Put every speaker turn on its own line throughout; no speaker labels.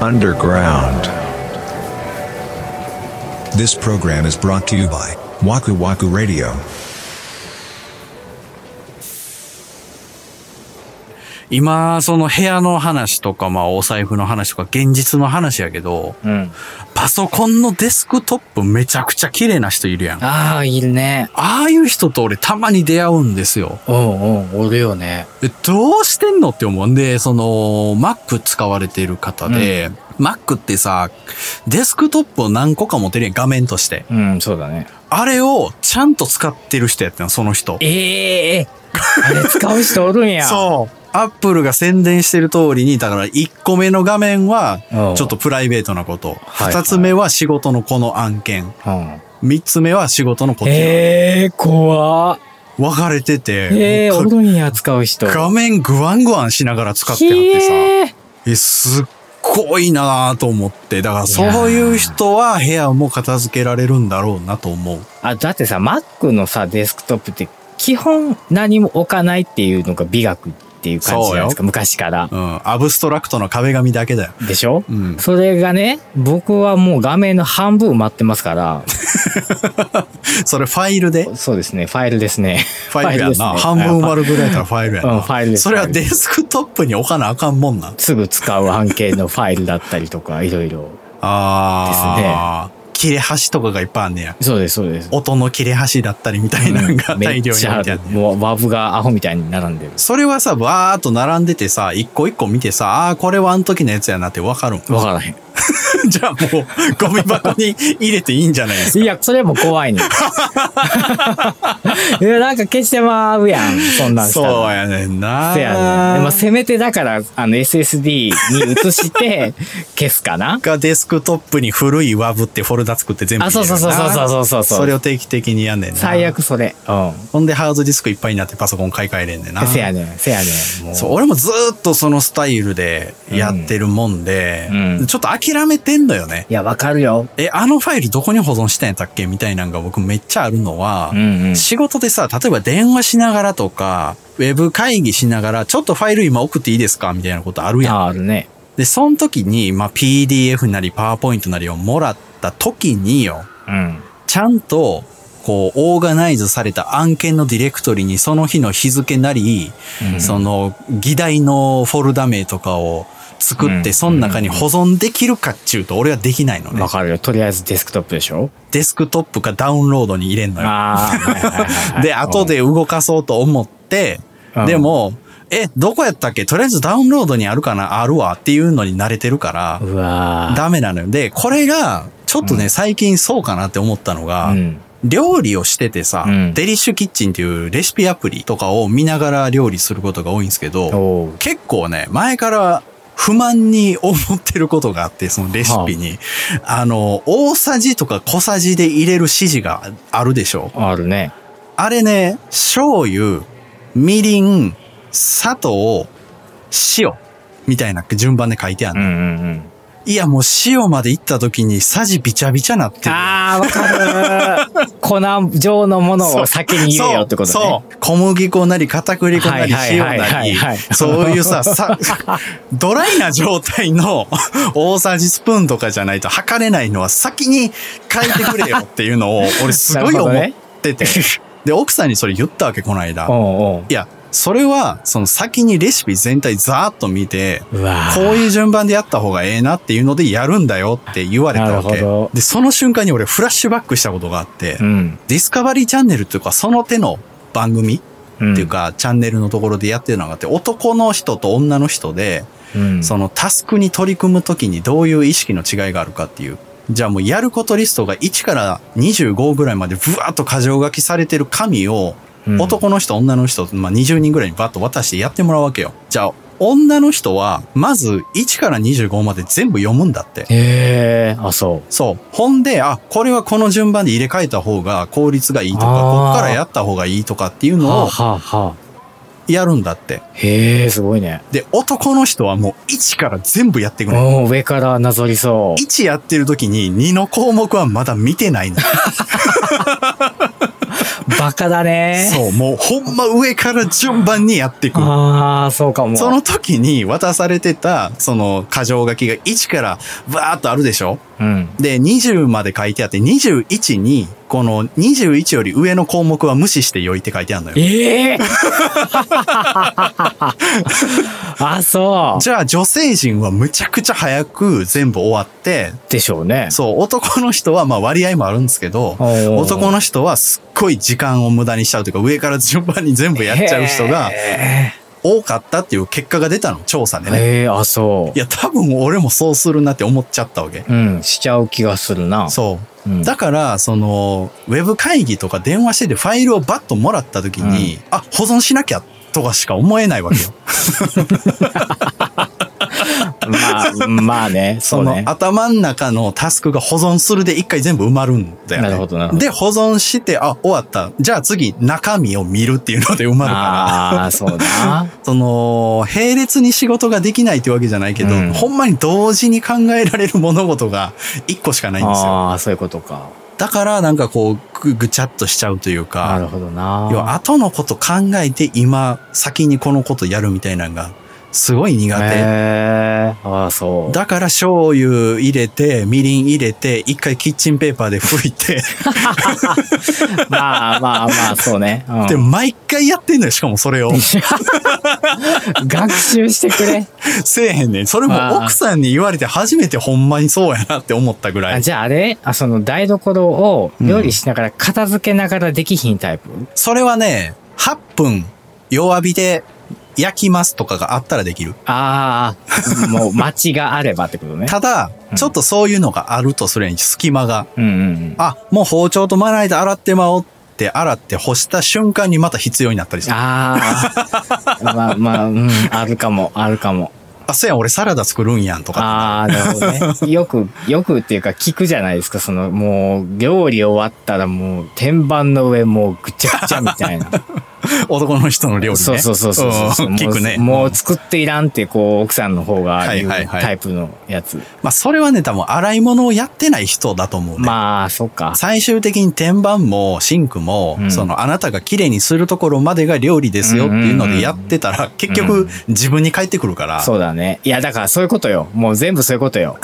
underground.
This program is brought to you by Waku Waku Radio.
今、その部屋の話とか、まあ、お財布の話とか、現実の話やけど、
うん。
パソコンのデスクトップめちゃくちゃ綺麗な人いるやん。あ
ああ、いるね。
あいう人と俺たまに出会うんですよ。
うんうん、おるよね。
でどうしてんのって思うんで、その、Mac 使われている方で、Mac ってさ、デスクトップを何個か持てるやん、画面として。
うん、そうだね。
あれをちゃんと使ってる人やったの、その人。
ええあれ使う人おるんや。
そう。アップルが宣伝してる通りに、だから1個目の画面は
う、ん
ちょっとプライベートなこと。
いはい
2つ目は仕事のこの案件。
う。うん。
3つ目は仕事のこっち
ええ怖っ。
の。分かれてて、
ええ
も
お
うか
るんや、使う人。
画面グワングワンしながら使ってあってさ。
へえ
え、すっごいなぁと思って。だからそういう人は部屋も片付けられるんだろうなと思う。
あ、だってさ、Mac のさ、デスクトップって、基本何も置かないっていうのが美学っていう感じじゃないです
そう
か、昔から。
うん。アブストラクトの壁紙だけだよ。
でしょ
うん。
それがね、僕はもう画面の半分埋まってま すから、
それファイルで
そうですね、ファイルですね。
ファイルやんな。半分
は
割るぐらいやったらファイルやな。
うんファイルです
それはデスクトップに置かなあかんもんなん。
すぐ使う案件のファイルだったりとか、いろいろ。
ああ。切れ端とかがいっぱいあんねや。
そうです、そうです。
音の切れ端だったりみたいなのが大量に置いてあ
め
ん
っちゃ
ねん
もう、ワブがアホみたいに並んでる。
それはさ、わーっと並んでてさ、一個一個見てさ、ああー、これはあの時のやつやなってわかるん。
わからへん。
じゃあもう、ゴミ箱に入れていいんじゃないですか。
いや、それもう怖 いね。いや、なんか消してまうやん、そんなんしたら。
そうやねんな。
せやね。まあ、せめてだから、あの、SSD に移して、 消すかな。
がデスクトップに古い WAV ってフォルダ作って全部
あ、
入れ
そう
る
そうそうそうそうそうそう
それを定期的にやんねんな。
最。悪それ。う
ほんでハードディスクいっぱいになってパソコン買い替えれんねんな。
ん。せやねん、せやねん。もう
そう、俺もずーっとそのスタイルでやってるもんで、
うんうん
ちょっと諦めてんのよね。
いや、わかるよ。
え、あのファイルどこに保存したんやったっけみたいなんが僕めっちゃあるのは、
んうん
仕事でさ、例えば電話しながらとか、ウェブ会議しながら、ちょっとファイル今送っていいですかみたいなことあるやん。
あるね。
で、その時に、まあ、PDF なり PowerPoint なりをもらった時によ、
うん。
ちゃんと、こう、オーガナイズされた案件のディレクトリにその日の日付なり、その議題のフォルダ名とかを作って、
うん
その中に保存できるかっちゅうと、俺はできないのね。
わかるよ。とりあえずデスクトップでしょ
デスクトップかダウンロードに入れんのよ。
ああはいはいはいは い。
で、後で動かそうと思って、
うん
でも、え、どこやったっけとりあえずダウンロードにあるかなあるわっていうのに慣れてるから
う、ん。うわ
ダメなのよ。で、これが、ちょっとね、最近そうかなって思ったの
ー
が、
うん。
料理をしててさ、
うん
デリッシュキッチンっていうレシピアプリとかを見ながら料理することが多いんですけど、
おう
結構ね、前から不満に思ってることがあって、そのレシピに。あの、大さじとか小さじで入れる指示があるでしょ
あるね。
あれね、醤油、みりん、砂糖、塩、みたいな順番で書いてある、
うんうんうん。
いや、もう塩まで行った時に、さじびちゃびちゃなってる。
ああ、わかる。粉状のものを先に入れよってことね。
そうそう。小麦粉なり、片栗粉なり、
はい
塩
はいはい
な
はい
り
はい、
そういうさ、 さドライな状態の大さじスプーンとかじゃないと測れないのは先に変えてくれよっていう のを、俺すごい思ってて。で、奥さんにそれ言ったわけ、この間。
おうおう
いや、それは、その先にレシピ全体ざーっと見て、
うわ
こういう順番でやった方がええなっていうのでやるんだよって言われたわ
なる
け
ほど。
で、その瞬間に俺フラッシュバックしたことがあって、
うん。
ディスカバリーチャンネルというか、その手の番組
うん
っていう、か、チャンネルのところでやってるのがあって、男の人と女の人で、
うん、
そのタスクに取り組むときにどういう意識の違いがあるかっていう。じゃあもうやることリストが1から25ぐらいまでブワーッと箇条書きされてる紙を、
うん
男の人、女の人、まあ、20人ぐらいにバッと渡してやってもらうわけよ。じゃあ、女の人は、まず1から25まで全部読むんだって。
へえ、あ、そう。
そう。ほんで、あ、これはこの順番で入れ替えた方が効率がいいとか、
あー
こっからやった方がいいとかっていうの
はあ
を
はあは
やるんだって
あ。。へえ、すごいね。
で、男の人はもう1から全部やっていくのよ。
おう上からなぞりそう。
1やってる時に2の項目はまだ見てないの。
バカだね。
そう、もうほんま上から順番にやっていく。
ああ、そうかも。
その時に渡されてた、その箇条書きが1からバーっとあるでしょ
うん。
で、20まで書いてあって、21に、この21より上の項目は無視して良いって書いてあるのよ。
ええあ、そ
じゃあ女性陣はむちゃくちゃ早く全部終わって、
う。でしょうね。
そう、男の人はまあ割合もあるんですけど、
おー
男の人はすっごい時間を無駄にしちゃうというか、上から順番に全部やっちゃう人が
へ
多かったっていう結果が出たの、調査で
え
ね。
へえあ、そ
いや、多分俺もそうするなって思っちゃったわけ。
う。うん、しちゃう気がするな。
そうう。
ん
だから、その、ウェブ会議とか電話しててファイルをバッともらった時に、あ、保存しなきゃとかしか思えないわけよ。
まあ、ま あね、そ
そうの
ね。
頭の中のタスクが保存するで一回全部埋まるんだよね。
なるほどなるほど
で、保存して、あ、終わった。じゃあ次、中身を見るっていうので埋まるから。
ああ、そうだ。
その、並列に仕事ができないってわけじゃないけど、
うん
ほんまに同時に考えられる物事が一個しかないんですよ。
ああ、そういうことか。
だからなんかこう、ぐぐちゃっとしちゃうという
な
か、
るほどな。
要は後のこと考えて今、先にこのことやるみたいなのが、すごい苦手。
へえああ、そう。
だから醤油入れて、みりん入れて、一回キッチンペーパーで拭いて、
まあまあまあ、そうね。うん
で、毎回やってんのよ。しかもそ れを。
学習し てくれ。
せえへんねん。それも奥さんに言われて初めてほんまにそうやなって思ったぐら
あ
い。
じゃああれあその台所を料理しながら片付けながらできひんタイプ、
それはね、8分弱火で焼きますとかがあったらできる。
ああ、もう待ちがあればってことね。
ただ、ちょっとそういうのがあるとするに隙間が。
うんうん
あ、もう包丁とまな板洗ってまおうって洗って干した瞬間にまた必要になったり
う
す
ん。
る。
あ あ、まあまあ、うん、あるかも、あるかも。
あ、そうやん、俺サラダ作るんやんとか。
ああ、なるほどね。 よく、よくっていうか聞くじゃないですか、その、もう、料理終わったらもう、天板の上もうぐちゃぐちゃみ たいな。
男の人の料理ね。
そうそうそうそうそう。
ん聞くね。
もうもう作っていらんって、こう、奥さんの方が言う
はいはいはい
タイプのやつ。
まあ、それはね、多分、洗い物をやってない人だと思うね。
まあ、そっか。
最終的に天板もシンクも、
うん
その、あなたが綺麗にするところまでが料理ですよっていうのでやってたら、結局、自分に返ってくるから。
そうだね。いや、だからそういうことよ。もう全部そういうこと よ。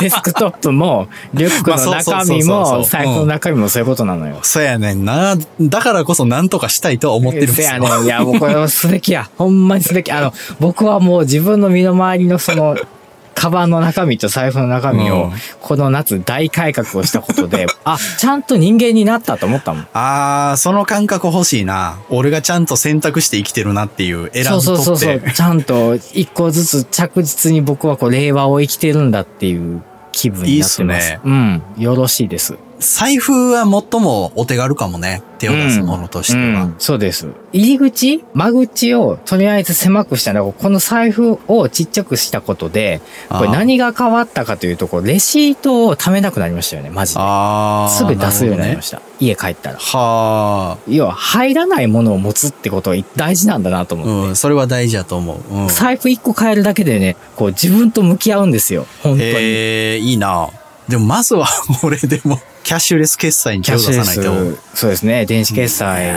デスクトップも、リュック
まあ
の
そうそう
中
そう
身
そうそう
も、財布の中身もそういうことなのよ。
そうやねんな。だからこそ何とかしたいとは思ってるんです
せ
よ。
やねん。いや、もうこれはすべきや。 ほんまにすべき。あの、僕はもう自分の身の回りのその、 カバンの中身と財布の中身
う
を
ん、
この夏大改革をしたことで、 あ、ちゃんと人間になったと思ったもん。
あー、その感覚欲しいな。俺がちゃんと選択して生きてるなっていう、選
そ
ぶ
う
と
そ
っ
う
て。
そうそう。ちゃんと一個ずつ着実に僕はこう、令和を生きてるんだっていう気分になってます。
いいっすね
うん。よろしいです。
財布は最もお手軽かもね。手を出すものとしては。
うんそうです。入り口間口をとりあえず狭くしたら、この財布をちっちゃくしたことで、これ
あー
何が変わったかというと、こうレシートを貯めなくなりましたよね、マジで。
あー。
すぐ出すようになりま
し
した。家帰ったら。
た。は
要は、入らないものを持つってことは大事なんだなと思
ー。
って。
うん、それは大事だと思う。うん。
財布1個変えるだけでね、こう自分と向き合うんですよ。本当に。
ええいいなでもまずは 俺でもキャッシュレス決済に
キ
手
ャ
を
ッ
出
シュ
さ
レ
ない
ス
と。
そうですね。電子決済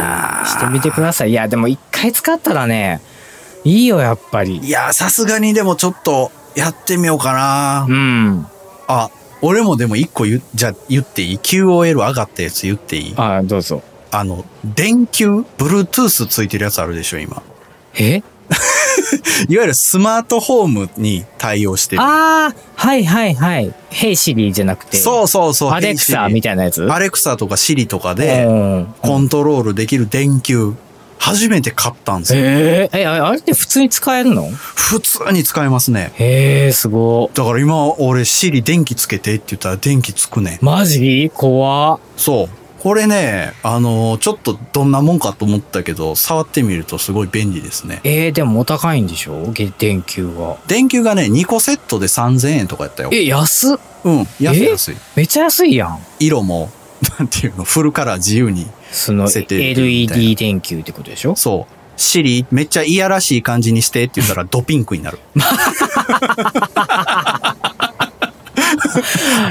してみてください。いや、でも一回使ったらね、いいよ、やっぱり。
いやーさすがにでもちょっとやってみようかな、
うん。
あ、俺もでも一個言う、じゃあ言っていい ?QOL 上がったやつ言っていいあ
あどうぞ。
の、電球 ?Bluetooth ついてるやつあるでしょ、今。
え
いわゆるスマートホームに対応してる。
ああ、はいはいはい。ヘイシリーじゃなくて。。
そううそうそう。
アレクサみ
い
たいなやつ
アレクサとかシリとか
う
で、
ん。
コントロールできる電球、初めて買ったんですよ。
えー、え、ああれって普通に使えるの
普通に使えますね。
へえ、すご
だから今俺シリ電気つけてって言ったら電気つくねん。
マジ怖
そう。これね、あのーちょっとどんなもんかと思ったけど、触ってみるとすごい便利ですね。
えー、でもお高いんでしょげ電球が。
電球がね、2個セットで3000円とかやったよ。
え、安っ
うん。安い
え
安い。
めっちゃ安いやん。
色も、 なんていうの、フルカラー自由に。
その
設定できるみたいな
LED 電球ってことでしょ
そう。シリ、めっちゃいやらしい感じにしてって言ったらドピンクにな る。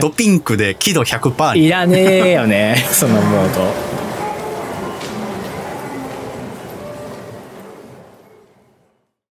ドピンクで輝度100%に。
いらねえよね、そのモード。